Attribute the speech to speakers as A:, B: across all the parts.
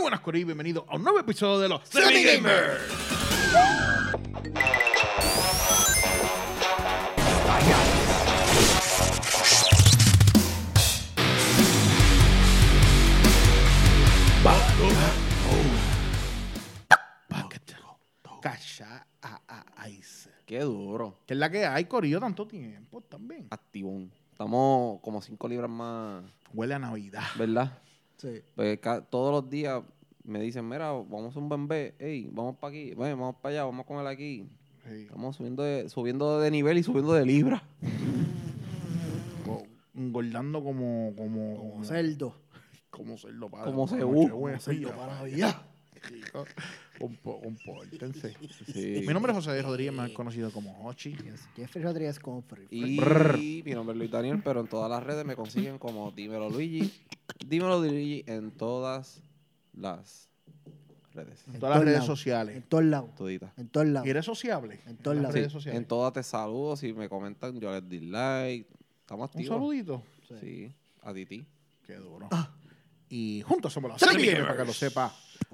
A: buenas, Corillo, y bienvenido a un nuevo episodio de los
B: Semi
A: Gamer.
B: Gamer.
A: Cacha a, a Ice.
B: Qué duro.
A: Que es la que hay, Corillo, tanto tiempo también.
B: Activón. Estamos como 5 libras más,
A: Huele a Navidad.
B: ¿verdad?
A: Sí.
B: Porque ca- todos los días me dicen, mira, vamos a un bembé, ey, vamos para aquí, ven, vamos para allá, vamos a comer aquí. Estamos subiendo de, subiendo de nivel y subiendo de libra.
A: Go- Engordando como, como, como,
C: Como cerdo.
A: como cerdo para
B: Como
A: para
B: cebú.
A: Nochebuena,
C: Como cerdo
A: sí,
C: para Navidad.
A: chico. Compo- Compórtense.
B: Sí.
A: Mi nombre es José Rodríguez, más conocido como Hochi.
C: Yes. Jeffrey Rodríguez Confrey.
B: Y mi nombre es Luis Daniel, pero en todas las redes me consiguen como Dímelo Luigi. Dímelo Luigi en todas las redes.
A: En
C: En
A: todas las
C: todos
A: redes
C: lados.
A: sociales.
C: En todos lados.
B: Todita.
C: En todos lados.
A: ¿Y eres sociable?
C: En todos lados.
A: las redes
B: Sí,
A: sociales.
B: en todas te saludo. Si me comentan, yo les dislike. Estamos
A: Un
B: activos.
A: saludito.
B: Sí, a Titi.
A: Qué duro.
C: Ah.
A: Y juntos somos los Semi Gamers, para que lo sepa.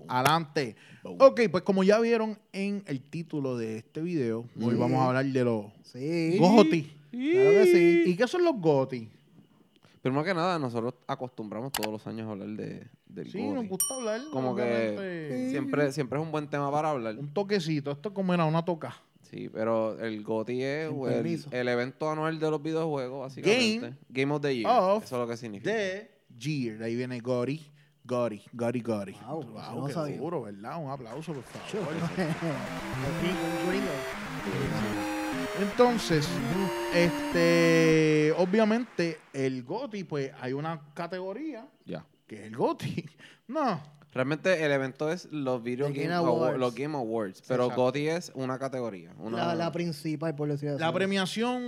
A: Adelante. Ok, pues como ya vieron en el título de este video, hoy vamos a hablar de los
C: Mm. Sí.
A: GOTI.
C: Claro que sí.
A: ¿Y qué son los GOTI?
B: Primero que nada, nosotros acostumbramos todos los años a hablar de, del
A: Sí,
B: GOTY.
A: nos gusta hablar.
B: Como que
A: obviamente,
B: siempre, siempre es un buen tema para hablar.
A: Un toquecito. Esto es como era una toca.
B: Sí, pero el GOTY es
C: Sin
B: el,
C: permiso.
B: el evento anual de los videojuegos, básicamente. Game, of the Year.
A: of
B: Eso es lo que significa.
A: De Gear. De ahí viene GOTI. GOTI. GOTY, GOTY.
C: Wow, eso no
A: qué
C: sabía.
A: duro, ¿verdad? Un aplauso, por
C: Yo.
A: favor. Entonces, este, obviamente, el GOTI, pues hay una categoría
B: Ya.
A: que es el GOTI. No,
B: Realmente el evento es los Video
C: The
B: Game,
C: Game
B: Awards.
C: Awards.
B: los Game Awards. Pero
A: exacto.
B: GOTY es una categoría. Una,
C: La, la principal, por decirlo así.
A: la premiación,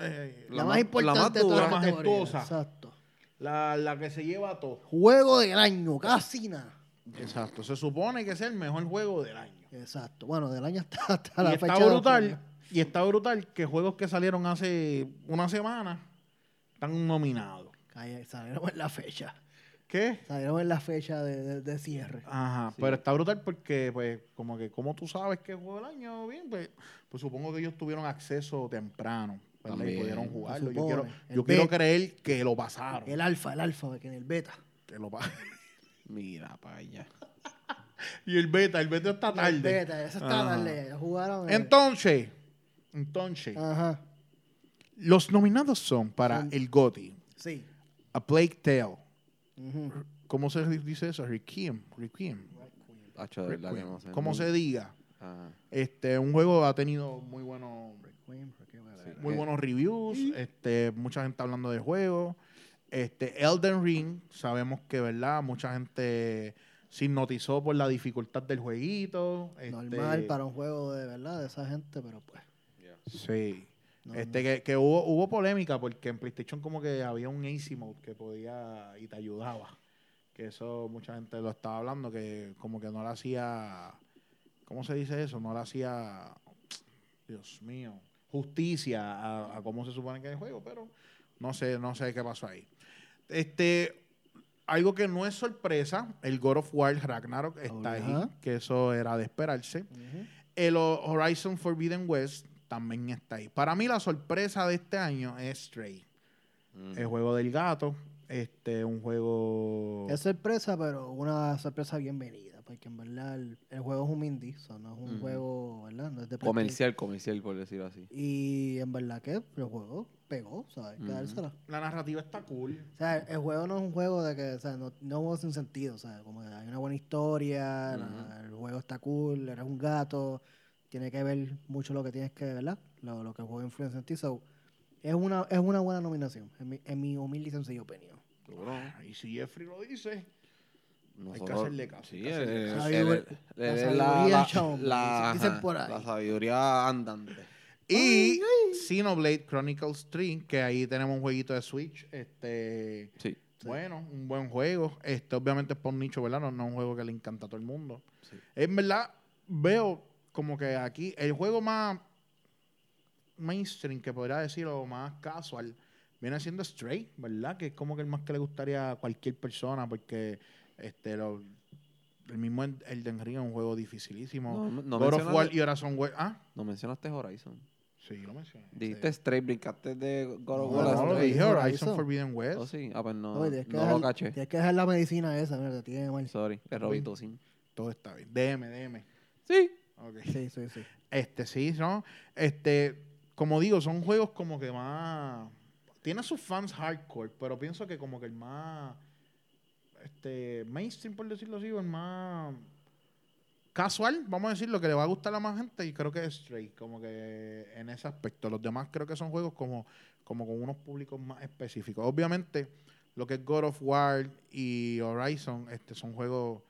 A: eh,
B: La
C: La
B: más-
C: más importante
B: la más
C: de todas
B: dura,
C: las
A: la
C: categorías.
A: majestuosa.
C: Exacto.
A: la, la que se lleva a todo.
C: Juego del año, casi nada.
A: Exacto, se supone que es el mejor juego del año.
C: Exacto. Bueno, del año hasta, hasta la
A: Y
C: fecha.
A: está
C: de los
A: brutal,
C: premios.
A: y está brutal que juegos que salieron hace una semana están nominados.
C: Calla, Salieron en la fecha.
A: ¿Qué?
C: Salieron en la fecha de, de- de cierre.
A: Ajá,
B: Sí.
A: pero está brutal porque, pues, como que, como tú sabes que juego del año, bien, pues, pues supongo que ellos tuvieron acceso temprano, ¿verdad? Y
B: También.
A: pudieron
B: Se
A: jugarlo. Yo
C: supone.
A: quiero,
C: El
A: yo quiero
C: beta.
A: creer que lo pasaron.
C: El alfa, el alfa, que en el beta.
A: que lo pa-
B: Mira para allá.
A: y el beta, el beta está tarde.
C: El beta, esa está
A: Ajá.
C: tarde. ya Jugaron. el-
A: Entonces, entonces,
C: Ajá.
A: los nominados son para
C: Son-
A: el GOTY,
C: Sí.
A: A Plague Tale.
C: Ujú.
A: ¿Cómo se dice eso? Requiem. Requiem.
B: Hacho, de verdad que
A: Requiem.
B: no sé. Ah,
A: Como se diga.
B: Ajá.
A: Este, un juego ha tenido muy buenos muy
B: Ok.
A: buenos reviews, este, mucha gente hablando de juego. Este, Elden Ring, sabemos que, ¿verdad? Mucha gente se hipnotizó por la dificultad del jueguito. este,
C: Normal para un juego de verdad de esa gente, pero pues.
A: Sí.
C: no-
A: Este, que, que hubo, hubo polémica porque en PlayStation como que había un easy mode que podía y te ayudaba. Que eso mucha gente lo estaba hablando, que como que no le hacía, ¿cómo se dice eso? No le hacía, Dios mío, justicia a, a cómo se supone que es el juego, pero no sé, no sé qué pasó ahí. Este, algo que no es sorpresa, el God of War Ragnarok está ahí,
C: Ajá.
A: que eso era de esperarse.
C: Ujú.
A: El O- Horizon Forbidden West también está ahí. Para mí la sorpresa de este año es Stray,
B: Mm.
A: el juego del gato, este un juego
C: Es sorpresa, pero una sorpresa bienvenida, porque en verdad el, el juego es un indie, so, no es un
B: Ujú.
C: juego, ¿verdad? No es de PlayStation.
B: Comercial, comercial, por decirlo así.
C: Y en verdad que el juego pegó, ¿sabes? Hay que
B: Ujú.
C: dársela.
A: la narrativa está cool.
C: O sea, el juego no es un juego de que, o sea, no, no es un juego sin sentido, ¿sabes? Como que hay una buena historia, la- el juego está cool, eres un gato, tiene que ver mucho lo que tienes que, ¿verdad? Lo, lo que el juego influencia en ti, so, es una, es una buena nominación, en mi, en mi humilde y sencilla opinión.
B: Seguro.
A: Y si Jeffrey lo dice,
B: Nosotros-
A: hacerle caso,
B: Sí,
A: hay que hacerle
B: el-
C: caso.
B: el- el-
C: La
B: el-
C: sabiduría
B: la- la-
C: del chabón,
B: la-
C: dicen
B: ajá,
C: por ahí.
B: la sabiduría andante.
A: y Xenoblade Chronicles 3, que ahí tenemos un jueguito de Switch, este
B: Sí.
A: bueno, un buen juego. Este obviamente es por nicho, ¿verdad? No, no es un juego que le encanta a todo el mundo.
B: Sí.
A: En verdad veo como que aquí el juego más mainstream que podría decir o más casual viene siendo Stray, ¿verdad? Que es como que el más que le gustaría a cualquier persona porque este lo mismo Elden Ring es un juego dificilísimo.
B: No, no
A: God of War
B: mencionaste,
A: y Horizon Web. Ah,
B: no mencionaste Horizon.
A: sí, lo mencioné.
B: Dijiste Stray, brincaste de God
A: No,
B: of
C: No,
B: War a
A: no, lo
B: Stray.
A: dije
C: Horizon.
A: Horizon Forbidden West.
B: Oh, sí. Ah, pues no,
C: Oye, tienes, que
B: no
C: dejar,
B: lo caché.
C: tienes que dejar la medicina esa, mira, te tiene mal.
B: Sorry, el robito sí.
A: Todo está bien. DM, DM.
B: Sí.
A: Ok.
C: Sí, sí, sí.
A: Este, sí, ¿no? Este, como digo, son juegos como que más. Tiene sus fans hardcore, pero pienso que como que el más. Este, mainstream, por decirlo así, o el más. Casual, vamos a decir, lo que le va a gustar a más gente, y creo que es Stray, como que en ese aspecto. Los demás creo que son juegos como, como con unos públicos más específicos. Obviamente, lo que es God of War y Horizon, este, son juegos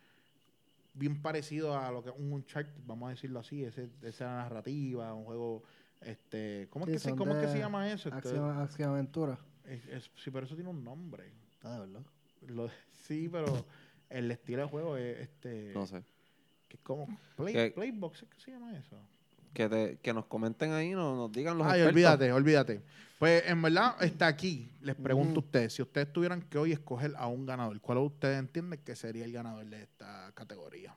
A: bien parecido a lo que es un Uncharted, vamos a decirlo así, ese, esa narrativa, un juego, este, ¿cómo,
C: Sí,
A: es, que se,
C: son
A: ¿cómo es que
C: de
A: se llama eso? Este,
C: Acción, acción aventura.
A: es- es- sí, pero eso tiene un nombre.
C: Ah, de verdad.
A: Lo- sí, pero el estilo de juego es este,
B: No sé.
A: que es como play,
B: Que-
A: Playbox, ¿es que se llama eso?
B: Que, te- que nos comenten ahí, nos, nos digan los
A: Ay,
B: expertos.
A: olvídate, olvídate. Pues en verdad está aquí. Les pregunto
C: Ujú.
A: a ustedes, si ustedes tuvieran que hoy escoger a un ganador, ¿cuál ustedes entienden que sería el ganador de esta categoría?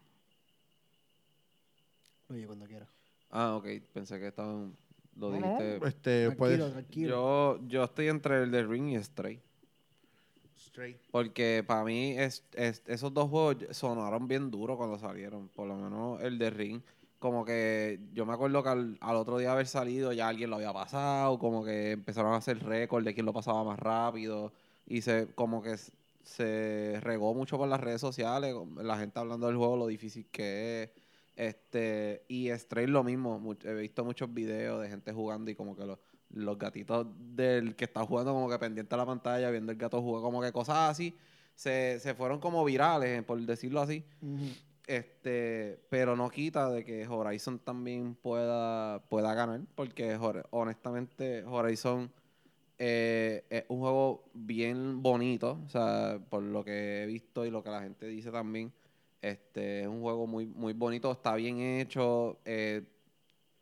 C: Oye, cuando quieras.
B: Ah, ok. Pensé que estaban... Lo
A: No, no,
B: dijiste...
A: este, puedes-
C: Tranquilo, tranquilo.
B: pues, yo, yo estoy entre el de Ring y Stray.
A: Straight.
B: Porque para mí es, es- esos dos juegos sonaron bien duros cuando salieron. Por lo menos el de Ring. Como que yo me acuerdo que al, al otro día de haber salido ya alguien lo había pasado. Como que empezaron a hacer récord de quién lo pasaba más rápido. Y se como que s- se regó mucho por las redes sociales. con La gente hablando del juego, lo difícil que es. Este, y Stray lo mismo. mu- He visto muchos videos de gente jugando y como que los, los gatitos del que está jugando como que pendiente a la pantalla, viendo el gato jugar como que cosas así. Se, se fueron como virales, eh, por decirlo así.
C: Ujú.
B: Este, pero no quita de que Horizon también pueda, pueda ganar, porque Hor- honestamente Horizon eh, es un juego bien bonito, o sea, por lo que he visto y lo que la gente dice también, este, es un juego muy, muy bonito, está bien hecho, eh,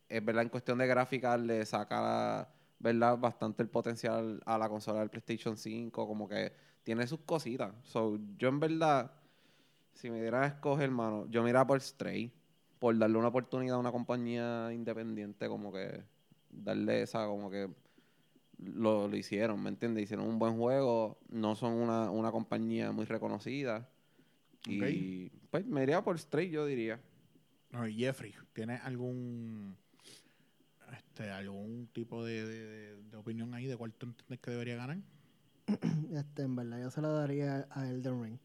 B: es verdad en cuestión de gráficas le saca, verdad, bastante el potencial a la consola del PlayStation 5, como que tiene sus cositas, so, yo en verdad... Si me dieran a escoger, hermano, yo miraba por Stray, por darle una oportunidad a una compañía independiente, como que darle esa, como que lo, lo hicieron, ¿me entiendes? Hicieron un buen juego, no son una, una compañía muy reconocida. Y pues me iría por Stray, yo diría.
A: No, y Jeffrey, ¿tienes algún este, algún tipo de, de- de- de opinión ahí de cuál tú entiendes que debería ganar?
C: Este, en verdad, yo se la daría a Elden Ring.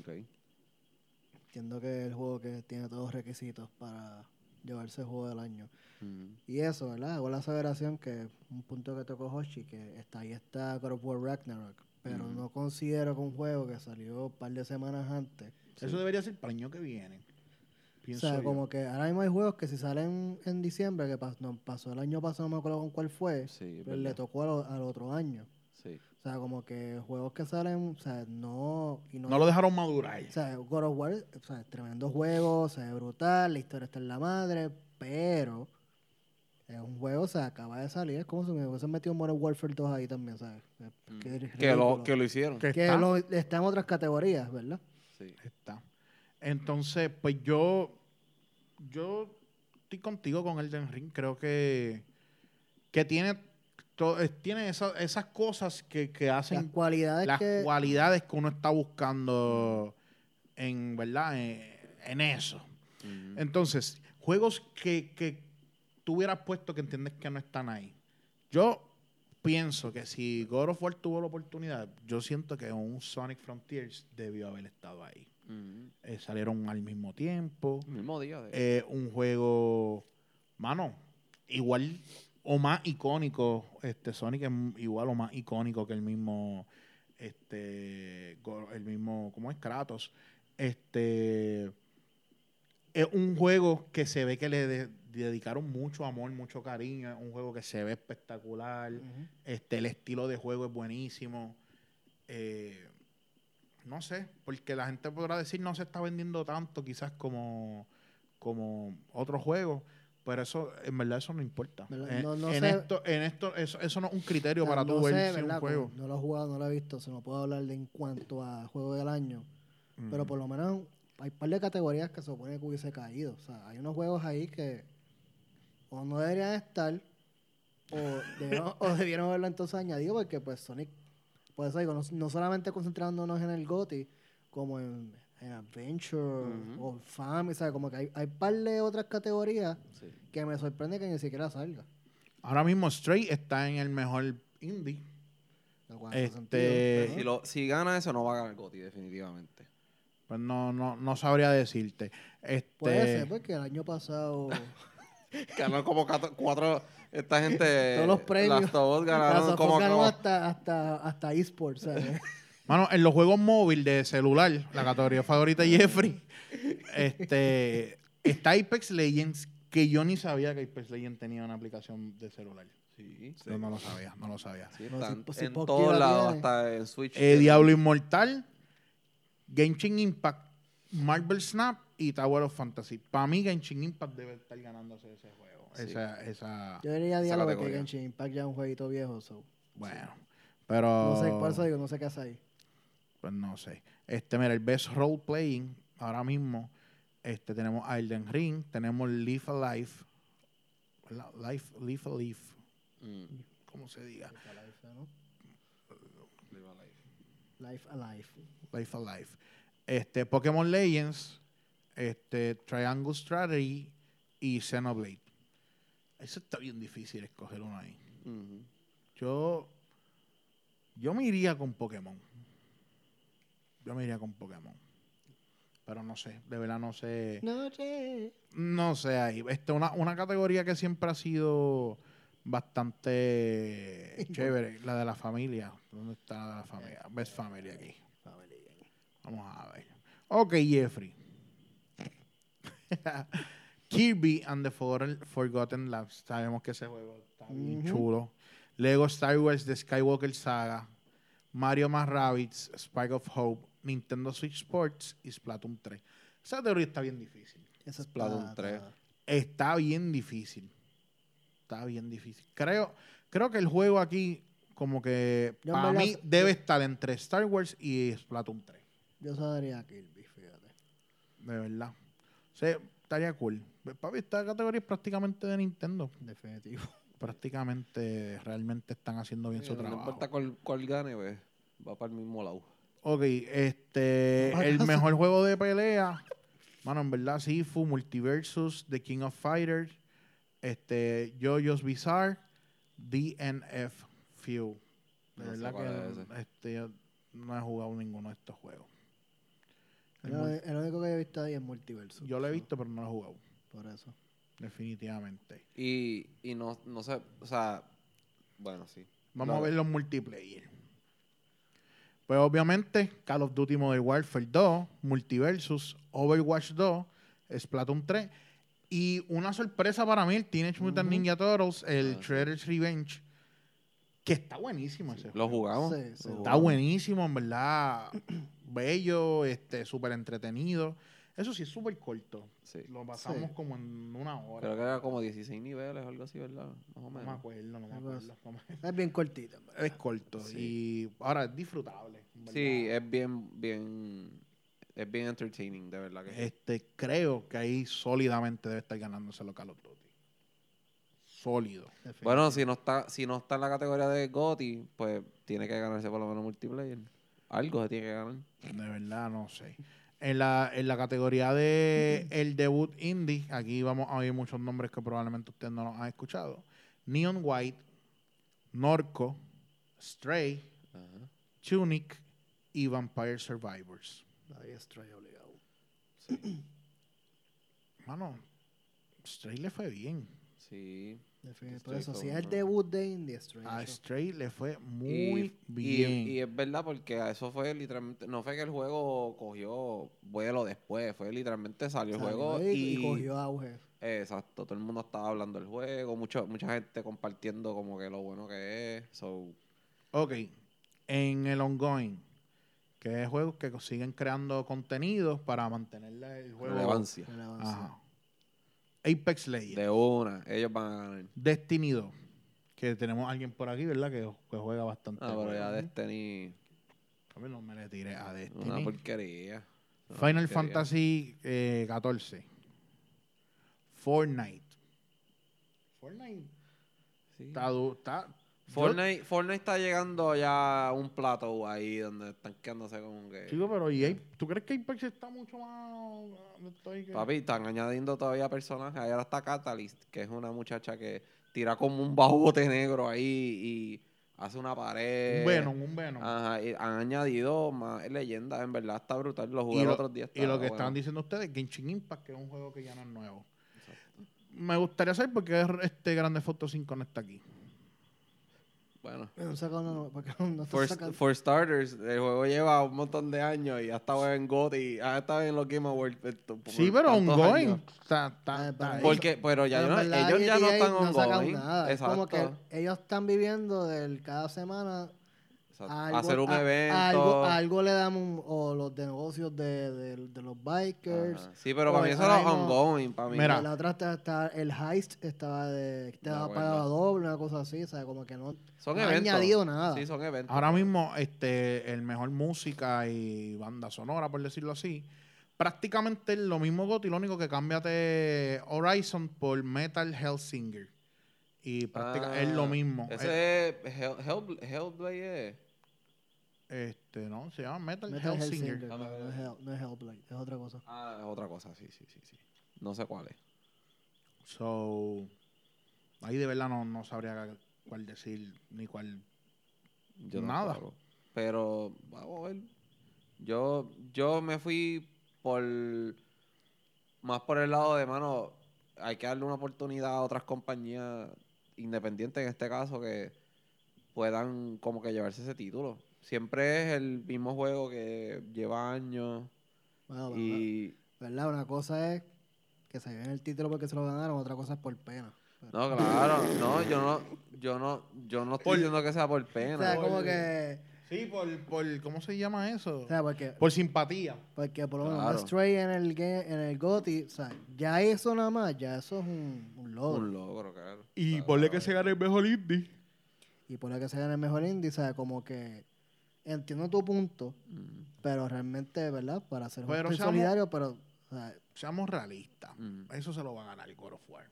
B: Ok.
C: Entiendo que es el juego que tiene todos los requisitos para llevarse el juego del año.
B: Mm.
C: Y eso, ¿verdad? Hago la aseveración que un punto que tocó Hoshi, que está ahí está God of War Ragnarok. Pero
B: Ujú.
C: no considero que un juego que salió un par de semanas antes.
A: Eso debería ser para el año que viene.
C: O
A: Pienso
C: sea,
A: yo.
C: como que ahora mismo hay juegos que si salen en diciembre, que pas- no, pasó el año pasado, no me acuerdo con cuál fue,
B: Sí, es
C: pero Pues le
B: verdad.
C: tocó al, al otro año.
B: Sí.
C: O sea, como que juegos que salen, o sea, no... Y no,
A: no lo dejaron madurar.
C: O sea, God of War, o sea, tremendo juego, o sea, es brutal, la historia está en la madre, pero es un juego, o sea, acaba de salir, es como si me hubiesen metido Modern Warfare 2 ahí también, ¿sabes? Es-
B: Mm.
C: que es
B: Que lo,
C: ridículo.
B: que lo hicieron.
A: Que
C: Que
A: está,
C: lo- está en otras categorías, ¿verdad?
B: Sí.
A: está. Entonces, pues yo yo estoy contigo con Elden Ring. Creo que que tiene to- eh, tiene esa- esas cosas que, que
C: Las
A: hacen
C: cualidades
A: las
C: que...
A: cualidades que uno está buscando en verdad en, en eso.
B: Ujú.
A: Entonces, juegos que, que tú hubieras puesto que entiendes que no están ahí. Yo pienso que si God of War tuvo la oportunidad, yo siento que un Sonic Frontiers debió haber estado ahí.
B: Ujú.
A: Eh, salieron al mismo tiempo.
B: Mismo día. de-
A: Eh, un juego, mano, igual o más icónico. Este Sonic es m- igual o más icónico que el mismo, este, go- el mismo, ¿cómo es? Kratos. Este es un juego que se ve que le de- dedicaron mucho amor, mucho cariño. Es un juego que se ve espectacular.
C: Ujú.
A: Este, el estilo de juego es buenísimo. Eh, no sé, porque la gente podrá decir no se está vendiendo tanto quizás como, como otros juegos, pero eso en verdad eso no importa.
C: ¿Verdad?
A: Eh,
C: No- no
A: en
C: sé.
A: esto, en esto eso, eso no es un criterio
C: O sea,
A: para tú
C: no sé,
A: ver si
C: ¿verdad?
A: un juego.
C: Como No lo he jugado, no lo he visto, se no puedo hablar de en cuanto a juego del año. Pero
A: Mm.
C: por lo menos hay un par de categorías que se supone que hubiese caído. O sea, hay unos juegos ahí que o no deberían estar o debieron, o debieron haberlo entonces añadido porque pues Sonic, por eso digo, no, no solamente concentrándonos en el GOTI, como en, en Adventure
B: Ujú.
C: o Family, ¿sabes? Como que hay, hay par de otras categorías
B: Sí.
C: que me sorprende que ni siquiera salga.
A: Ahora mismo Stray está en el mejor indie.
C: lo cual hace
A: Este,
C: sentido,
A: Eh,
B: Si,
C: ¿no?
B: lo- si gana eso, no va a ganar Goti, definitivamente.
A: Pues no, no, no sabría decirte. Este,
C: Puede ser, porque el año pasado.
B: eh, Ganó como cato- cuatro. Esta gente.
C: Todos los premios.
B: Las todos
C: Las
B: ganaron
C: Sofos
B: como.
C: ganó
B: como-
C: hasta, hasta, hasta eSports, ¿sabes?
A: Mano, en los juegos móviles de celular, la categoría favorita de Jeffrey, este, está Apex Legends, que yo ni sabía que Apex Legends tenía una aplicación de celular.
B: Sí, sí.
A: Yo no lo sabía, no lo sabía.
B: Sí,
C: No,
B: están
C: si- si
B: en
C: Pocky
B: todos
C: la
B: lados,
C: tiene.
B: hasta en Switch.
A: Eh, Diablo Inmortal, Genshin Impact, Marvel Snap y Tower of Fantasy. Para mí, Genshin Impact debe estar ganándose ese juego.
B: Sí.
A: Esa, esa,
C: Yo diría diálogo que
B: categoría.
C: Genshin Impact ya es un jueguito viejo, so.
A: bueno, pero...
C: No sé, por eso digo, no sé qué hace ahí.
A: Pues no sé. Este, mira, el best role playing ahora mismo. Este, tenemos Elden Ring, tenemos Live Alive. ¿verdad? Life, Live Alive,
B: Mm.
A: como se diga.
C: Life Alive, ¿no? Life Alive.
A: Life Alive. Este, Pokémon Legends, este, Triangle Strategy y Xenoblade. Eso está bien difícil escoger uno ahí.
B: Ujú.
A: Yo, yo me iría con Pokémon. Yo me iría con Pokémon. Pero no sé, de verdad no sé.
C: Noche.
A: No sé, ahí. Este, una, una categoría que siempre ha sido bastante chévere, la de la familia. ¿Dónde está la de la familia? Best Family aquí. Vamos a ver. Ok, Jeffrey. Kirby and the For- Forgotten Labs. Sabemos que ese juego está bien
C: Ujú.
A: chulo. Lego Star Wars The Skywalker Saga. Mario más Rabbids, Spike of Hope, Nintendo Switch Sports y Splatoon 3. Esa teoría está bien difícil.
C: Eso es
B: Splatoon
C: plata.
B: 3.
A: Está bien difícil. Está bien difícil. Creo, creo que el juego aquí, como que
C: Yo en
A: para
C: verdad-
A: mí, debe estar entre Star Wars y Splatoon 3.
C: Yo sabría a Kirby, fíjate.
A: De verdad. O sea, estaría cool. Papi, esta categoría es prácticamente de Nintendo.
C: Definitivo.
A: Prácticamente realmente están haciendo bien su
B: Eh, No
A: trabajo.
B: importa cuál, cuál gane, pues, va para el mismo lado.
A: Ok, este.
C: Para
A: El
C: casa.
A: mejor juego de pelea. Mano, en verdad, Sifu, Multiversus, The King of Fighters, este, Jojo's Bizarre, DNF Few. De
B: No sé
A: verdad
B: cuál
A: que este, yo no he jugado ninguno de estos juegos. El
C: El,
A: mul-
C: el único que yo he visto ahí es Multiverso.
A: yo lo he visto, pero no lo he jugado.
C: Por eso.
A: Definitivamente.
B: Y, y no, no sé, o sea, bueno, sí.
A: Vamos
B: Lo-
A: a ver los multiplayer. Pues obviamente, Call of Duty Modern Warfare 2, Multiversus, Overwatch 2, Splatoon 3. Y una sorpresa para mí, el Teenage Mutant
C: Ujú.
A: Ninja Turtles,
B: Ah,
A: el
B: sí.
A: Shredder's Revenge. Que está buenísimo ese juego.
B: Lo jugamos.
C: Sí, sí.
B: Lo
A: Está
B: jugamos.
A: buenísimo, en verdad. Bello, este, súper entretenido. Eso sí, es súper corto.
B: Sí.
A: Lo pasamos
C: Sí.
A: como en una hora.
B: Creo que era como 16 niveles o algo así, ¿verdad? Más o
A: No me
B: menos.
A: acuerdo, no me
C: Algo así.
A: acuerdo. no me-
C: Es bien cortito. en verdad.
A: Es corto y ahora es disfrutable. en
B: Sí,
A: verdad.
B: es bien, bien, es bien entertaining, de verdad que sí.
A: Este, creo que ahí sólidamente debe estar ganándose los Call of Duty. Sólido.
C: Definitivo.
B: Bueno, si no está, si no está en la categoría de GOTY, pues tiene que ganarse por lo menos multiplayer. Algo se tiene que ganar.
A: De verdad, no sé. En la, en la categoría de el debut indie, aquí vamos a oír muchos nombres que probablemente ustedes no los han escuchado. Neon White, Norco, Stray,
B: Ajá.
A: Tunic y Vampire Survivors.
C: Ahí es Stray obligado.
A: Mano, Stray le fue bien.
B: Sí.
C: Definitivo. Por
B: Stray
C: eso,
B: fue
C: si es el
B: uno.
C: debut de Indie Stray.
B: Ah,
A: A
C: eso.
A: Stray le fue
B: Y-
A: muy
B: y-
A: bien.
B: Y, es verdad porque a eso fue literalmente, no fue que el juego cogió vuelo después, fue literalmente salió el
C: Salió
B: juego
C: ahí
B: y,
C: y cogió auge.
B: exacto, todo el mundo estaba hablando del juego, mucho, mucha gente compartiendo como que lo bueno que es. So,
A: Ok, en el ongoing, que es juegos que siguen creando contenidos para mantener la- el juego.
B: relevancia.
C: relevancia.
A: Ajá. Apex Legends,
B: De una, ellos van a ganar.
A: Destiny 2, que tenemos alguien por aquí, ¿verdad? Que, que juega bastante.
B: Ah, pero
A: juego.
B: ya Destiny,
A: A mí no me le tiré a Destiny.
B: una porquería.
A: Final
B: qué
A: Fantasy eh, 14. Fortnite. Fortnite
B: Sí.
A: está... du- está yo-
B: Fortnite, Fortnite está llegando ya a un plato ahí donde están quedándose como que...
A: Chico, pero EA, ¿tú crees que Apex está mucho más... más de ahí que-
B: Papi, están añadiendo todavía personajes. Ahí ahora está Catalyst, que es una muchacha que tira como un bajote negro ahí y hace una pared.
A: Un Venom, un Venom.
B: Ajá, y han añadido más leyendas, en verdad está brutal. Lo jugué
A: y
B: el
A: lo,
B: otro día.
A: y lo que
B: estaba
A: estaban
B: bueno.
A: diciendo ustedes, Genshin Impact, que es un juego que ya no es nuevo.
B: Exacto.
A: Me gustaría saber por qué este Grande Foto 5 no está aquí.
B: Bueno.
C: No saca una nueva, porque no está
B: For,
C: sacando-
B: for starters, el juego lleva un montón de años y ha estado en GOTY, ha estado en los Game Awards. eh, t- por
A: Sí, pero
B: tantos
A: ongoing.
B: años.
A: Está, está,
C: Eh,
A: está
C: para
A: ahí.
B: Porque, pero ya
C: Pero
B: no-
C: en verdad,
B: ellos ya no
C: GTA
B: están
C: no sacan
B: ongoing.
C: nada. Es
B: Exacto.
C: como que ellos están viviendo del cada semana
B: exacto.
C: algo,
B: Hacer un
C: a-
B: evento.
C: algo, algo le damos un- o los de negocios de, de- de los bikers.
B: Ajá. Sí, pero
C: o
B: para mí
C: el
B: eso era
C: Rainbow.
B: ongoing. Para mí.
A: Mira.
C: La otra está, está- el heist estaba de
B: De
C: te ha
B: acuerdo.
C: pagado doble, una cosa así, o sea, como que no,
B: Ah, Son
C: no ha
B: eventos.
C: añadido nada.
B: Sí, son eventos.
A: Ahora mismo, este, el mejor música y banda sonora, por decirlo así, prácticamente es lo mismo Gotti, lo único que cámbiate Horizon por Metal Hellsinger. Y práctica,
B: Ah,
A: es lo mismo. Eh,
B: Ese es Hell, Hell- Hellblade. eh.
A: este, no, se llama Metal,
C: Metal
A: Hellsinger.
C: Hellsinger,
B: Dame,
C: no, no es Hell- no es Hellblade, es otra cosa.
B: Ah, es otra cosa, sí, sí, sí, sí. No sé cuál es.
A: So, ahí de verdad no, no sabría cuál decir ni cuál.
B: Yo
A: Nada.
B: tampoco. Pero, vamos a ver. Yo, yo me fui por. Más por el lado de mano. Hay que darle una oportunidad a otras compañías independientes en este caso que puedan como que llevarse ese título. Siempre es el mismo juego que lleva años
C: Bueno, pero
B: y...
C: ¿verdad? Una cosa es que se lleven el título porque se lo ganaron, otra cosa es por pena.
B: No, claro, no, yo no, yo no, yo no estoy
A: Por-
B: diciendo que sea por
C: o
B: pena.
C: sea,
A: no,
C: como
A: el-
C: que,
A: Sí, por, por ¿cómo se llama eso?
C: o sea, porque,
A: por simpatía.
C: porque por lo menos
B: Claro.
C: Max Stray en el, game, en el GOTY, o sea, ya eso nada más, ya eso es un, un logro.
B: Un logro, claro.
A: Y
B: Claro,
A: ponle que
B: claro.
A: se gane el mejor indie.
C: Y por lo que se gana el mejor indie, o sea, como que entiendo tu punto,
B: Mm,
C: pero realmente, ¿verdad? Para ser
A: Pero
C: justo y
A: seamos-
C: solidario, pero, o sea,
A: Seamos realistas.
B: mm.
A: Eso se lo va a ganar el God of War.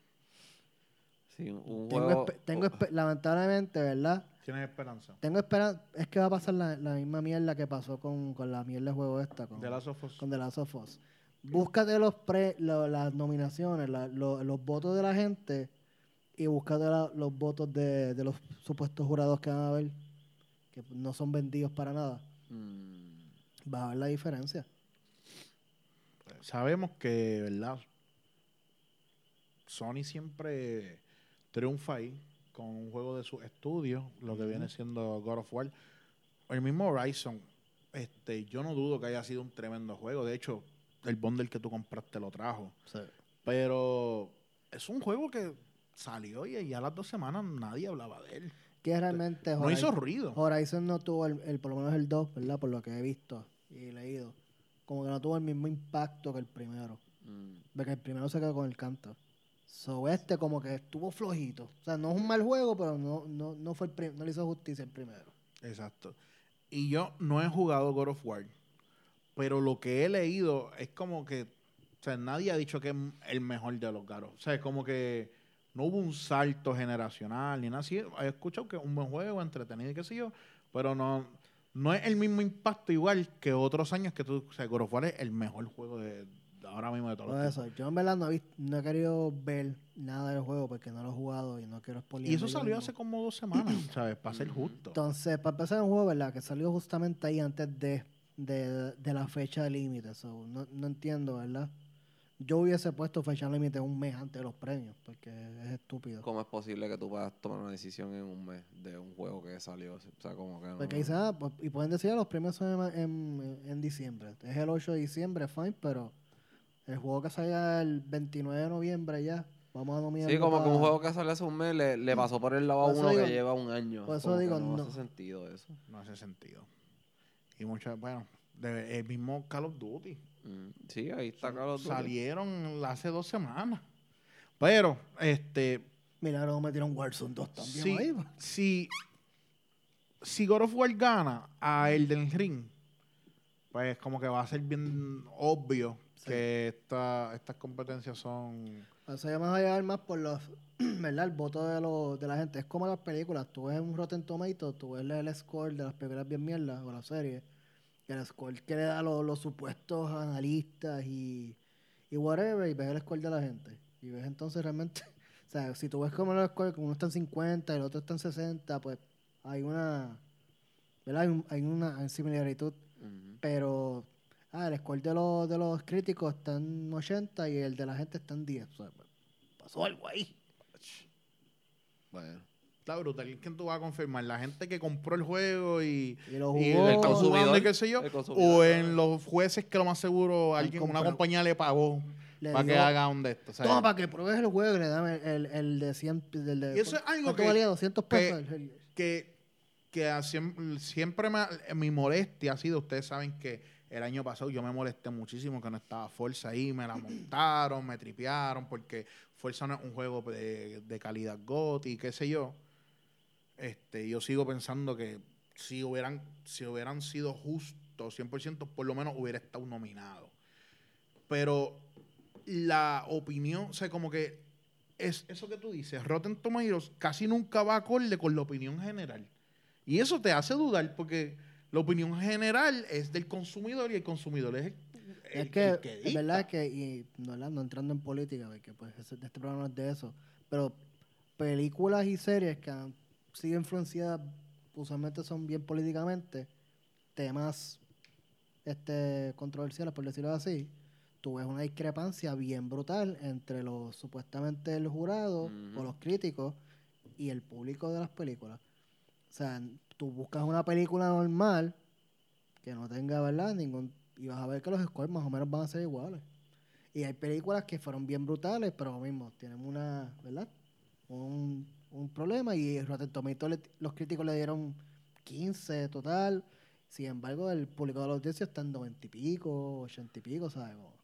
B: Sí, un
C: tengo,
B: juego-
C: espe- tengo espe- lamentablemente, ¿verdad?
A: Tienes esperanza.
C: Tengo esperanza, es que va a pasar la, la misma mierda que pasó con, con la mierda de juego esta, con,
A: De las ofos.
C: con The Last of Us. Búscate los pre, lo- las nominaciones, la- lo- los votos de la gente y búscate la- los votos de, de los supuestos jurados que van a haber, que no son vendidos para nada.
B: Mm,
C: Vas a ver la diferencia.
A: Sabemos que, ¿verdad? Sony siempre triunfa ahí con un juego de sus estudios, lo que viene siendo God of War. El mismo Horizon, este, yo no dudo que haya sido un tremendo juego. De hecho, el bundle que tú compraste lo trajo. Pero es un juego que salió y ya a las dos semanas nadie hablaba de él.
C: Que realmente
A: No
C: Horizon-
A: hizo ruido.
C: Horizon no tuvo, el, el- por lo menos el 2, ¿verdad? Por lo que he visto y leído. Como que no tuvo el mismo impacto que el primero.
B: mm.
C: Porque el primero se quedó con el canto. So este como que estuvo flojito. O sea, no es un mal juego, pero no, no, no fue el prim- no le hizo justicia el primero.
A: Exacto. Y yo no he jugado God of War, pero lo que he leído es como que, o sea, nadie ha dicho que es el mejor de los God of- O sea, es como que no hubo un salto generacional ni nada así. He escuchado que es un buen juego, entretenido y qué sé yo, pero no, no es el mismo impacto igual que otros años que tú, o sea, God of War es el mejor juego de, de ahora mismo de todos
C: Por
A: los
C: eso,
A: tiempos.
C: yo en verdad no he, vis- no he querido ver nada del juego porque no lo he jugado y no quiero spoiler.
A: Y eso salió hace como dos semanas, ¿sabes? Para ser justo.
C: Entonces, para empezar un juego, ¿verdad? Que salió justamente ahí antes de, de, de la fecha de límite. So, no, no entiendo, ¿verdad? Yo hubiese puesto fecha límite un mes antes de los premios, porque es estúpido.
B: ¿Cómo es posible que tú puedas tomar una decisión en un mes de un juego que salió? O sea, como que no.
C: Porque dicen, ah, pues, y pueden decir, ah, los premios son en, ma- en- en diciembre. Es el 8 de diciembre, fine, pero el juego que salga el 29 de noviembre ya, vamos a nominar.
B: Sí, como que un juego que salió hace un mes le, le pasó por el lado a
C: Por eso
B: uno
C: digo-
B: que lleva un año.
C: por eso
B: Como que
C: digo,
B: no,
C: no.
B: hace sentido eso.
A: No hace sentido. Y muchas, bueno, de- el mismo Call of Duty.
B: Mm, Sí, ahí está Call of Duty.
A: Salieron hace dos semanas. Pero, este,
C: Mira, ahora metieron Warzone 2 también
A: si,
C: ahí. pues. pa.
A: si, si God of War gana a Elden Ring, pues como que va a ser bien obvio
C: Sí.
A: que esta- estas competencias son...
C: O sea, vamos a llegar más por los, ¿verdad? El voto de, los- de la gente. Es como las películas. Tú ves un Rotten Tomato, tú ves el score de las películas bien mierdas o las series. Y el score que le da los, los supuestos analistas y, y whatever. Y ves el score de la gente. Y ves entonces realmente... O sea, si tú ves como el score, como uno está en 50 y el otro está en 60, pues hay una... ¿Verdad? Hay, un- hay una similaridad.
B: Ujú.
C: Pero... Ah, el score de los, de los críticos está en 80 y el de la gente está en 10. O sea, pues, pasó algo ahí.
B: Bueno.
A: Está brutal. ¿Quién tú vas a confirmar? ¿La gente que compró el juego y,
C: Y lo
A: y
C: jugó.
A: lo está
B: consumidor,
A: jugando y qué sé yo?
B: el consumidor,
A: ¿O en
B: claro.
A: los jueces que lo más seguro alguien, una
C: comprado.
A: compañía le pagó
C: le
A: para
C: dio,
A: que haga un de estos? o sea,
C: Toma, para que pruebes el juego y le dan el, el, el de 100. El de,
A: Y eso es algo
C: ¿cuánto
A: que-
C: valía? 200
A: que- eh,
C: pesos. El- el-
A: que, que a siem- siempre me ha- mi molestia ha sido, ustedes saben que el año pasado yo me molesté muchísimo que no estaba Forza ahí, me la montaron, me tripearon, porque Forza no es un juego de, de calidad GOTY, qué sé yo. Este, yo sigo pensando que si hubieran, si hubieran sido justos 100%, por lo menos hubiera estado nominado. Pero la opinión, o sea, como que es eso que tú dices, Rotten Tomatoes casi nunca va acorde con la opinión general. Y eso te hace dudar porque la opinión general es del consumidor y el consumidor es el, el-
C: es que,
A: el que
C: es verdad
A: dicta.
C: que, y no, ¿verdad? no entrando en política, porque pues ese- este programa no es de eso, pero películas y series que han sido influenciadas, usualmente son bien políticamente, temas este controversiales, por decirlo así, tú ves una discrepancia bien brutal entre los supuestamente el jurado
B: Ujú.
C: o los críticos y el público de las películas. O sea, tú buscas una película normal que no tenga, ¿verdad? Ningún, y vas a ver que los scores más o menos van a ser iguales. Y hay películas que fueron bien brutales, pero lo mismo, tienen una, ¿verdad? Un, un problema y Rotten Tomatoes, le- los críticos le dieron 15 total. Sin embargo, el público de la audiencia está en 90 y pico, 80 y pico, ¿sabes? Como-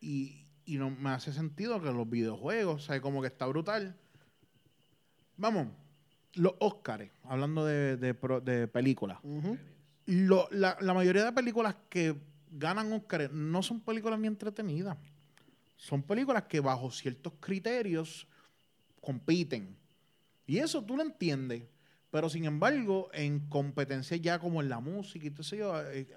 A: Y, y no me hace sentido que los videojuegos, o sea, como que está brutal. Vamos, los Óscares, hablando de, de, pro- de películas. lo- la, la mayoría de películas que ganan Oscar no son películas ni entretenidas. Son películas que bajo ciertos criterios compiten. Y eso tú lo entiendes. Pero sin embargo, en competencias ya como en la música y todo eso, hay,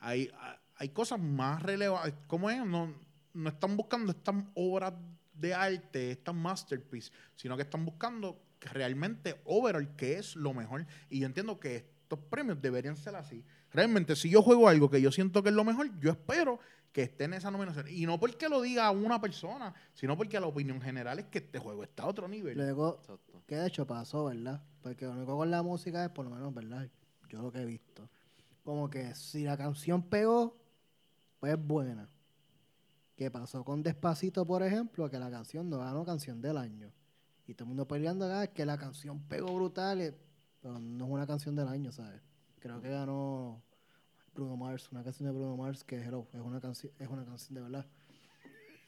A: hay, hay cosas más relevantes. ¿Cómo es? No, no están buscando estas obras de arte, estas masterpieces, sino que están buscando que realmente overall que es lo mejor. Y yo entiendo que estos premios deberían ser así. Realmente, si yo juego algo que yo siento que es lo mejor, yo espero que esté en esa nominación. Y no porque lo diga una persona, sino porque la opinión general es que este juego está a otro nivel.
C: Luego,
B: Exacto.
C: que de hecho pasó, ¿verdad? Porque lo único con la música es, por lo menos, ¿verdad? Yo lo que he visto. Como que si la canción pegó, pues es buena. Que pasó con Despacito, por ejemplo, que la canción no ganó canción del año. Y todo el mundo peleando acá, "Es que la canción pegó brutal, eh", pero no es una canción del año, ¿sabes? Creo que ganó Bruno Mars, una canción de Bruno Mars que Hello, es una canción, es una canción de verdad.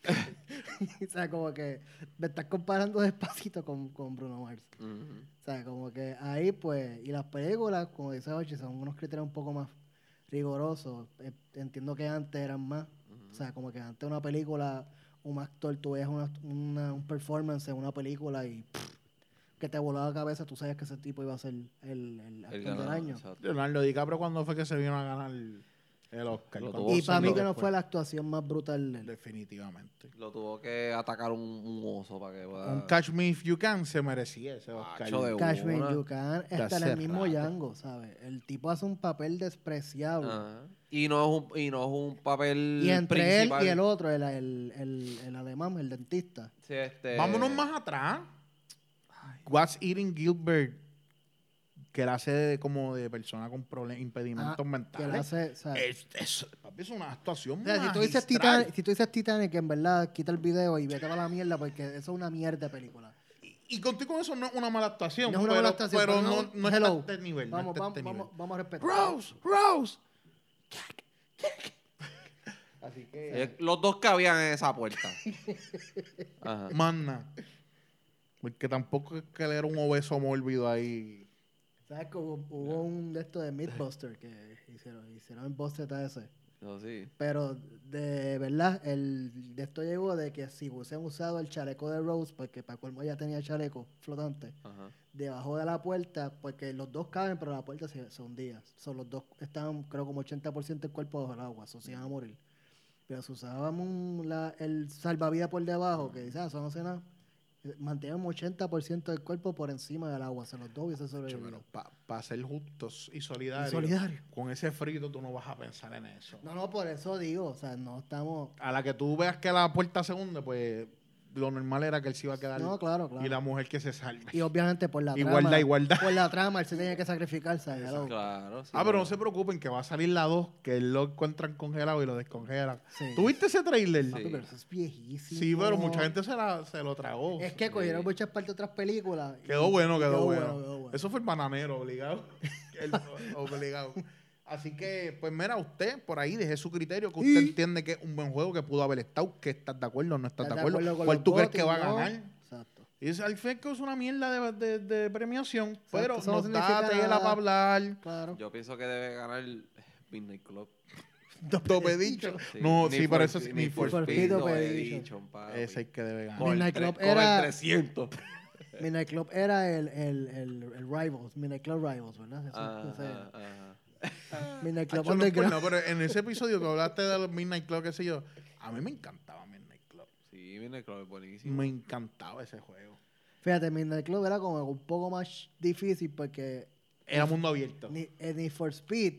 C: o sea, como que me estás comparando despacito con, con Bruno Mars.
B: Ujú.
C: O sea, como que ahí pues, y las películas, como dice Ochi, son unos criterios un poco más rigurosos. Eh, Entiendo que antes eran más. O sea, como que antes una película, un actor, tú veías una, una- un performance en una película y pff, que te volaba la cabeza, tú sabías que ese tipo iba a ser el, el actor
B: El
C: del
B: ganador,
C: año.
B: exacto.
A: Leonardo DiCaprio cuando fue que se vino a ganar el Oscar.
B: Lo
A: ¿Cuándo
B: tuvo
C: Y
A: se
C: para mí
A: lo
C: que no
A: después?
C: fue la actuación más brutal de él.
A: Definitivamente.
B: Lo tuvo que atacar un, un oso para que pueda.
A: Un Catch Me If You Can se merecía ese Oscar.
B: Macho Ah. de-
C: Cash
B: una-
C: Yucan está en
A: hace
C: el mismo
A: rato.
C: Django, ¿sabes? El tipo hace un papel despreciable.
B: Ajá. Y no es un, y no es un papel
C: Y entre
B: principal.
C: él y el otro, el, el, el, el alemán, el dentista.
B: Sí, este-
A: Vámonos más atrás. What's Eating Gilbert, que la hace de- como de persona con problemas, impedimentos
C: Ah, Que le
A: mentales.
C: hace, o sea,
A: Es, es- papi, es una actuación
C: o sea, si, tú dices
A: magistral.
C: Titanic, si tú dices Titanic, en verdad, quita el video y vete a la mierda porque eso es una mierda de película.
A: Y, y contigo eso no es una mala actuación.
C: No es una
A: pero,
C: mala actuación,
A: Pero
C: pero
A: no,
C: no-
A: no está
C: hello.
A: a este nivel. no
C: Vamos,
A: está a
C: vamos,
A: este nivel.
C: vamos, vamos a respetar.
A: Rose, Rose.
B: Eh, Los dos cabían en esa puerta. Ajá.
A: Manna. Porque tampoco es que él era un obeso mórbido ahí.
C: ¿Sabes que hubo, hubo un de estos de Mythbuster que hicieron? Hicieron el boss ese.
B: Eso sí.
C: Pero de verdad, el, de esto llegó de que si hubiesen usado el chaleco de Rose, porque para colmo ya tenía chaleco flotante,
B: Ajá.
C: debajo de la puerta, porque los dos caben, pero la puerta se, se hundía. Son los dos estaban, creo, como 80% del cuerpo bajo el agua, so, se iban a morir. Pero si usábamos un- la- el salvavidas por debajo, que dice, ah, eso no hace nada, eh, manteníamos 80% del cuerpo por encima del agua, se los dos hubiesen
A: Chacho,
C: sobrevivido.
A: pero para ser justos y
C: Y
A: solidarios,
C: Solidario.
A: con ese frito tú no vas a pensar en eso.
C: No, no, por eso digo, o sea, no estamos...
A: A la que tú veas que la puerta se hunde, pues lo normal era que él se iba a quedar
C: No, claro, claro.
A: y la mujer que se salve.
C: Y obviamente por la
A: Igualdad,
C: trama.
A: igualdad.
C: Por la trama, él se tenía que sacrificar, ¿sabes?
B: Claro. sí,
A: ah, pero
B: claro.
A: no se preocupen que va a salir la 2, que él lo encuentran congelado y lo descongelan.
C: Sí.
A: ¿Tuviste ese trailer?
C: Papi,
A: Sí,
C: pero eso es viejísimo.
A: pero mucha gente se, la- se lo tragó.
C: Es que cogieron
B: Sí.
C: muchas partes de otras películas. y-
A: Quedó bueno,
C: y
A: quedó, bueno.
C: quedó bueno.
A: Eso fue el bananero, obligado. El- obligado. Así que, pues mira, usted por ahí deje su criterio, que usted
C: Y-
A: entiende que es un buen juego, que pudo haber estado, que estás de acuerdo o no estás
C: ¿Estás
A: de acuerdo.
C: con
A: ¿Cuál
C: los
A: tú crees que
C: votos?
A: va a
C: No.
A: ganar?
C: Exacto.
A: Y es, al fin que es una mierda de, de- de premiación, pero
C: eso no
A: nos
C: significa
A: da tela
C: nada.
A: para hablar.
C: Claro.
B: Yo pienso que debe ganar el Midnight Club.
A: Tope dicho.
B: Sí.
A: No,
B: Need
A: sí,
B: for
A: pero eso
B: Speed-
A: sí.
B: Need for
C: for
B: Speed,
C: Speed,
B: lo
C: Open
B: he
C: Edition.
B: dicho, papi.
A: Ese es el que debe ganar.
B: Con el
C: Midnight
B: tre-
C: Club
B: con el
C: era-
B: 300. eh.
C: Midnight Club era el, el, el, el Rivals, Midnight Club Rivals, ¿verdad? Eso-
B: Ajá,
C: ese-
B: ajá.
C: Midnight Club
A: Hacho, Ah, no es por
C: Underground.
A: nada, pero en ese episodio que hablaste de Midnight Club, qué sé yo, a mí me encantaba Midnight Club.
B: Sí, Midnight Club es buenísimo.
A: Me encantaba ese juego.
C: Fíjate, Midnight Club era como un poco más difícil porque
A: Era mundo abierto.
C: ni, en Need for Speed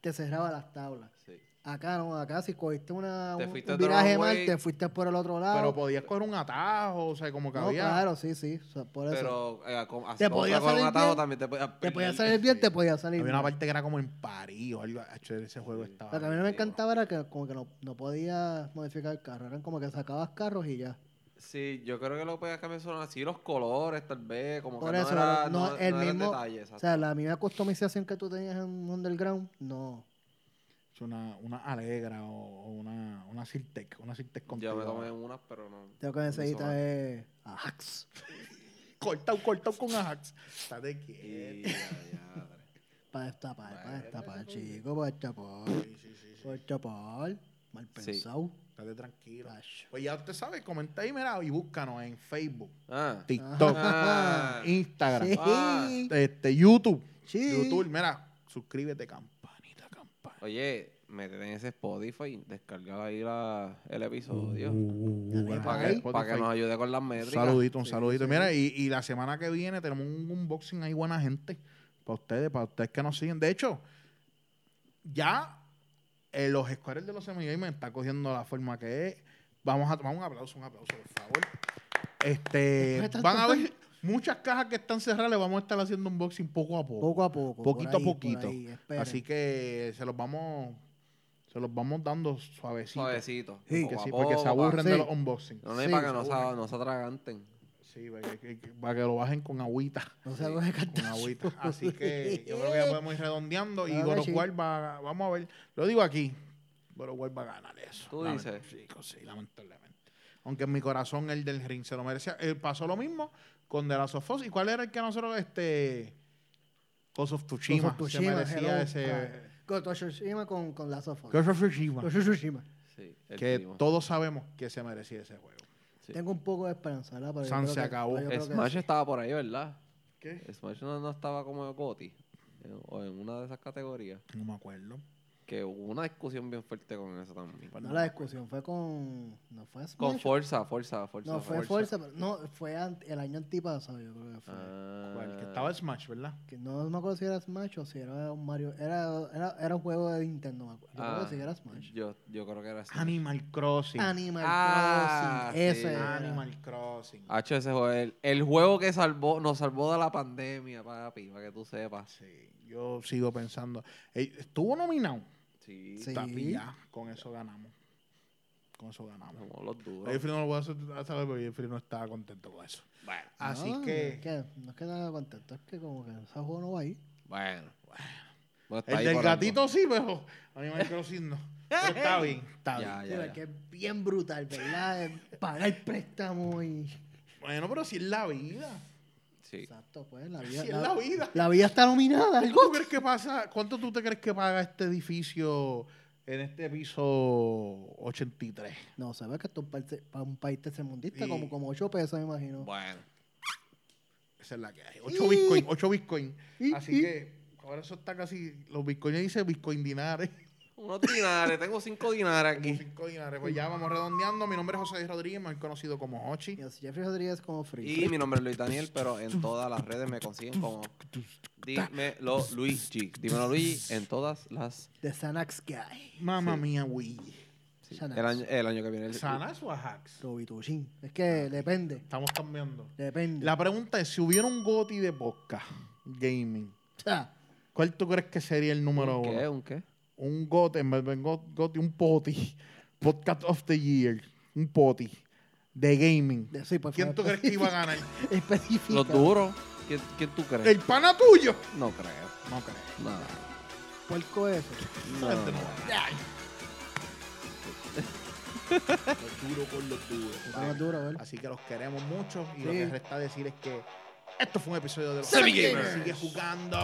C: te cerraba las tablas.
B: Sí.
C: Acá no, acá si cogiste una,
B: Te
C: un,
B: fuiste
C: un
B: the wrong
C: viraje mal,
B: way.
C: te fuiste por el otro lado.
A: Pero podías coger un atajo, o sea, como que
C: No,
A: había.
C: claro, sí, sí. o sea, por eso.
B: Pero eh, con, así
C: Te
B: como
C: podía
B: con un
C: salir
B: atajo
C: bien,
B: también te podía
C: te podía
B: perder.
C: salir bien, te podía salir
A: Había
C: mal.
A: una parte que era como en París o algo. Hacho, Ese juego estaba.
C: Lo que a mí no me
B: Sí, bro.
C: encantaba era que como que no, no podías modificar el carro. Eran como que sacabas carros y ya.
B: Sí, yo creo que lo podías cambiar solo así los colores, tal vez. Como
C: Por
B: que
C: eso,
B: no era,
C: no, el
B: eran
C: mismo-
B: detalles,
C: O
B: exacto.
C: sea, la misma customización que tú tenías en Underground, no.
A: Hacho, Una, una Alegra o, o una, una Sirtec. Una Sirtec con
B: Yo me
A: todo.
B: tomé unas, pero no.
C: Tengo que
B: no me
C: necesitar
B: sonaron.
C: eh, a Hacks.
A: Cortado, cortado con Ajax. Estate
B: Y,
A: quieto.
B: ya, ya.
C: Para destapar, para
B: Bueno,
C: destapar,
B: eso sí.
C: chico, para destapar.
A: Sí, sí, sí, sí.
C: Para destapar. Mal pensado.
A: Estate tranquilo.
C: Acho.
A: Pues ya usted sabe, comenta ahí, mira, y búscanos en Facebook,
B: Ah.
A: TikTok,
B: Ah.
A: Instagram,
C: Sí.
B: Ah.
A: este, YouTube.
C: Sí.
A: YouTube, mira, suscríbete, campanita, campanita.
B: Oye, meten ese Spotify, descargar ahí la, el episodio.
A: Uh,
C: Dale,
B: Mm, para,
C: ahí.
B: que, para que
A: Spotify.
B: nos ayude con las métricas.
A: Un saludito, un
C: Sí,
A: saludito.
C: sí.
A: Mira, y, y la semana que viene tenemos un unboxing ahí buena gente para ustedes, para ustedes que nos siguen. De hecho, ya eh, los squares de los semigamers están cogiendo la forma que es. Vamos a tomar un aplauso, un aplauso, por favor. Este,
C: Después de
A: van a
C: tanto-
A: ver muchas cajas que están cerradas, le vamos a estar haciendo unboxing poco a poco.
C: Poco a poco.
A: Poquito a
C: por ahí, por
A: poquito.
C: ahí, esperen.
A: Así que se los vamos se los vamos dando suavecito.
B: Suavecito.
C: Sí,
B: poco
A: Que
B: a
A: sí, porque se
B: poco,
A: aburren
C: pa-
A: de
C: sí.
A: los unboxings.
B: pa- No, no, y
C: Sí,
B: para que
C: se
B: no se,
A: aburren.
B: no se atraganten.
A: Sí, para que, que- que- para que lo bajen con agüita.
C: No se hagan de
A: con
C: cantar.
A: agüita. Así que yo creo que ya podemos ir redondeando y
C: Claro que
A: Goro
C: sí.
A: va, vamos a ver, lo digo aquí, Goro va a ganar eso.
B: Tú
A: Lament-
B: dices.
A: Sí, co- sí, lamentablemente. Aunque en mi corazón el del ring se lo merecía. Eh, pasó lo mismo con De la Sofos. ¿Y cuál era el que nosotros, este, Ghost of Tsushima,
C: Ghost of
A: se
C: Tsushima,
A: merecía
C: hello.
A: ese...
C: Ghost of Tsushima con, con la sofa.
A: Ghost of Tsushima,
C: Ghost of Tsushima.
B: Sí, el
A: que
B: primo.
A: todos sabemos que se merecía ese juego.
B: Sí.
C: Tengo un poco de esperanza, ¿verdad? Pero yo
A: San
C: creo
A: se
C: que-
A: acabó.
C: yo creo que-
B: Smash estaba por ahí, ¿verdad?
A: ¿Qué?
B: Smash no, no estaba como Goti. en- O en una de esas categorías.
A: No me acuerdo.
B: Que hubo una discusión bien fuerte con eso también.
A: Pues
C: No,
A: no.
C: la discusión fue con. No fue Smash.
B: Con Forza, Forza, Forza.
C: No, fue
B: Forza.
C: Forza, pero no, fue ant- el año antipasado, yo creo que fue.
B: Ah.
A: ¿Cuál? Que estaba Smash, ¿verdad?
C: Que no me acuerdo si era Smash o si era un Mario. Era, era, era un juego de Nintendo, me acuerdo. Yo creo
B: Ah,
C: que sí era Smash.
B: Yo, yo creo que era Smash.
A: Animal Crossing.
C: Animal
B: Ah,
C: Crossing.
B: sí. Ah.
C: Ese era.
A: Animal Crossing.
B: Hacho, ese juego, el, el juego que salvó, nos salvó de la pandemia, papi, para que tú sepas.
A: Sí, yo sigo pensando. Eh, estuvo nominado.
B: Sí,
C: Sí.
A: Tapi, ya, con eso ganamos. Con eso ganamos.
B: somos los duros.
A: Jeffrey no lo voy a hacer saber porque Jeffrey no estaba contento con eso.
B: Bueno,
A: Así
C: No, es
A: que,
C: No es Ah, que estaba contento, es que como que ese juego no va ahí.
B: bueno. No está
A: el
B: ahí
A: del
B: por algo.
A: gatito sí, pero Animal Crossing no. Pero está bien, está
B: Ah, Ya,
A: bien.
B: ya,
C: Pero
B: ya.
C: es que es bien brutal, ¿verdad? Es Pagar préstamo y.
A: Bueno, pero si es la vida.
B: Sí.
C: Exacto, pues. La vida,
A: Si es la vida.
C: la vida está nominada.
A: ¿Tú crees que pasa? ¿Cuánto tú te crees que paga este edificio en este piso 83.
C: No, sabes que esto es un país- para un país tercermundista,
A: Y-
C: como, como 8 pesos, me imagino.
B: Bueno.
A: Esa es la que hay. 8 bitcoin, 8 bitcoin.
C: Y-
A: Así
C: y-
A: que ahora eso está casi. Los bitcoins dice bitcoin dinares.
B: Unos dinares, tengo cinco dinares
A: Como
B: aquí.
A: 5 dinares. Pues ya vamos redondeando. Mi nombre es José Luis Rodríguez, mejor conocido como Hochi.
C: Y así Jeffrey Rodríguez como free.
B: Y mi nombre es Luis Daniel, pero en todas las redes me consiguen como Dímelo Luigi. Dímelo Luigi en todas las.
C: The Sanax Guy.
A: Mamma
B: Sí.
A: mía, güey.
B: sí,
C: Sanax.
B: el, año, el año que viene. el-
A: ¿Sanas o hacks?
C: Robitushin. Es que depende,
A: Estamos cambiando.
C: depende.
A: Ah. La pregunta es: si hubiera un GOTI de podcast gaming,
C: O sea,
A: ¿cuál tú crees que sería el número
B: ¿Un qué?
A: uno?
B: ¿Un qué?
A: Un GOTI, en vez de un got- GOTI, un POTI. Podcast of the Year. Un POTI. De gaming.
C: de- sí, por
A: ¿Quién tú crees que iba a ganar?
C: Específica.
B: Los duros. ¿Quién, quién tú crees?
A: ¿El pana tuyo?
B: No creo.
A: No creo.
B: No.
C: Puerco eso.
B: No.
A: Este no va a ganar. Lo duro con lo duro.
C: Está más duro, ¿verdad?
A: Así que los queremos mucho. Y
C: Sí.
A: lo que resta decir es que esto fue un episodio de los
B: Semi
A: Gamers.
B: Gamers.
A: Sigue jugando.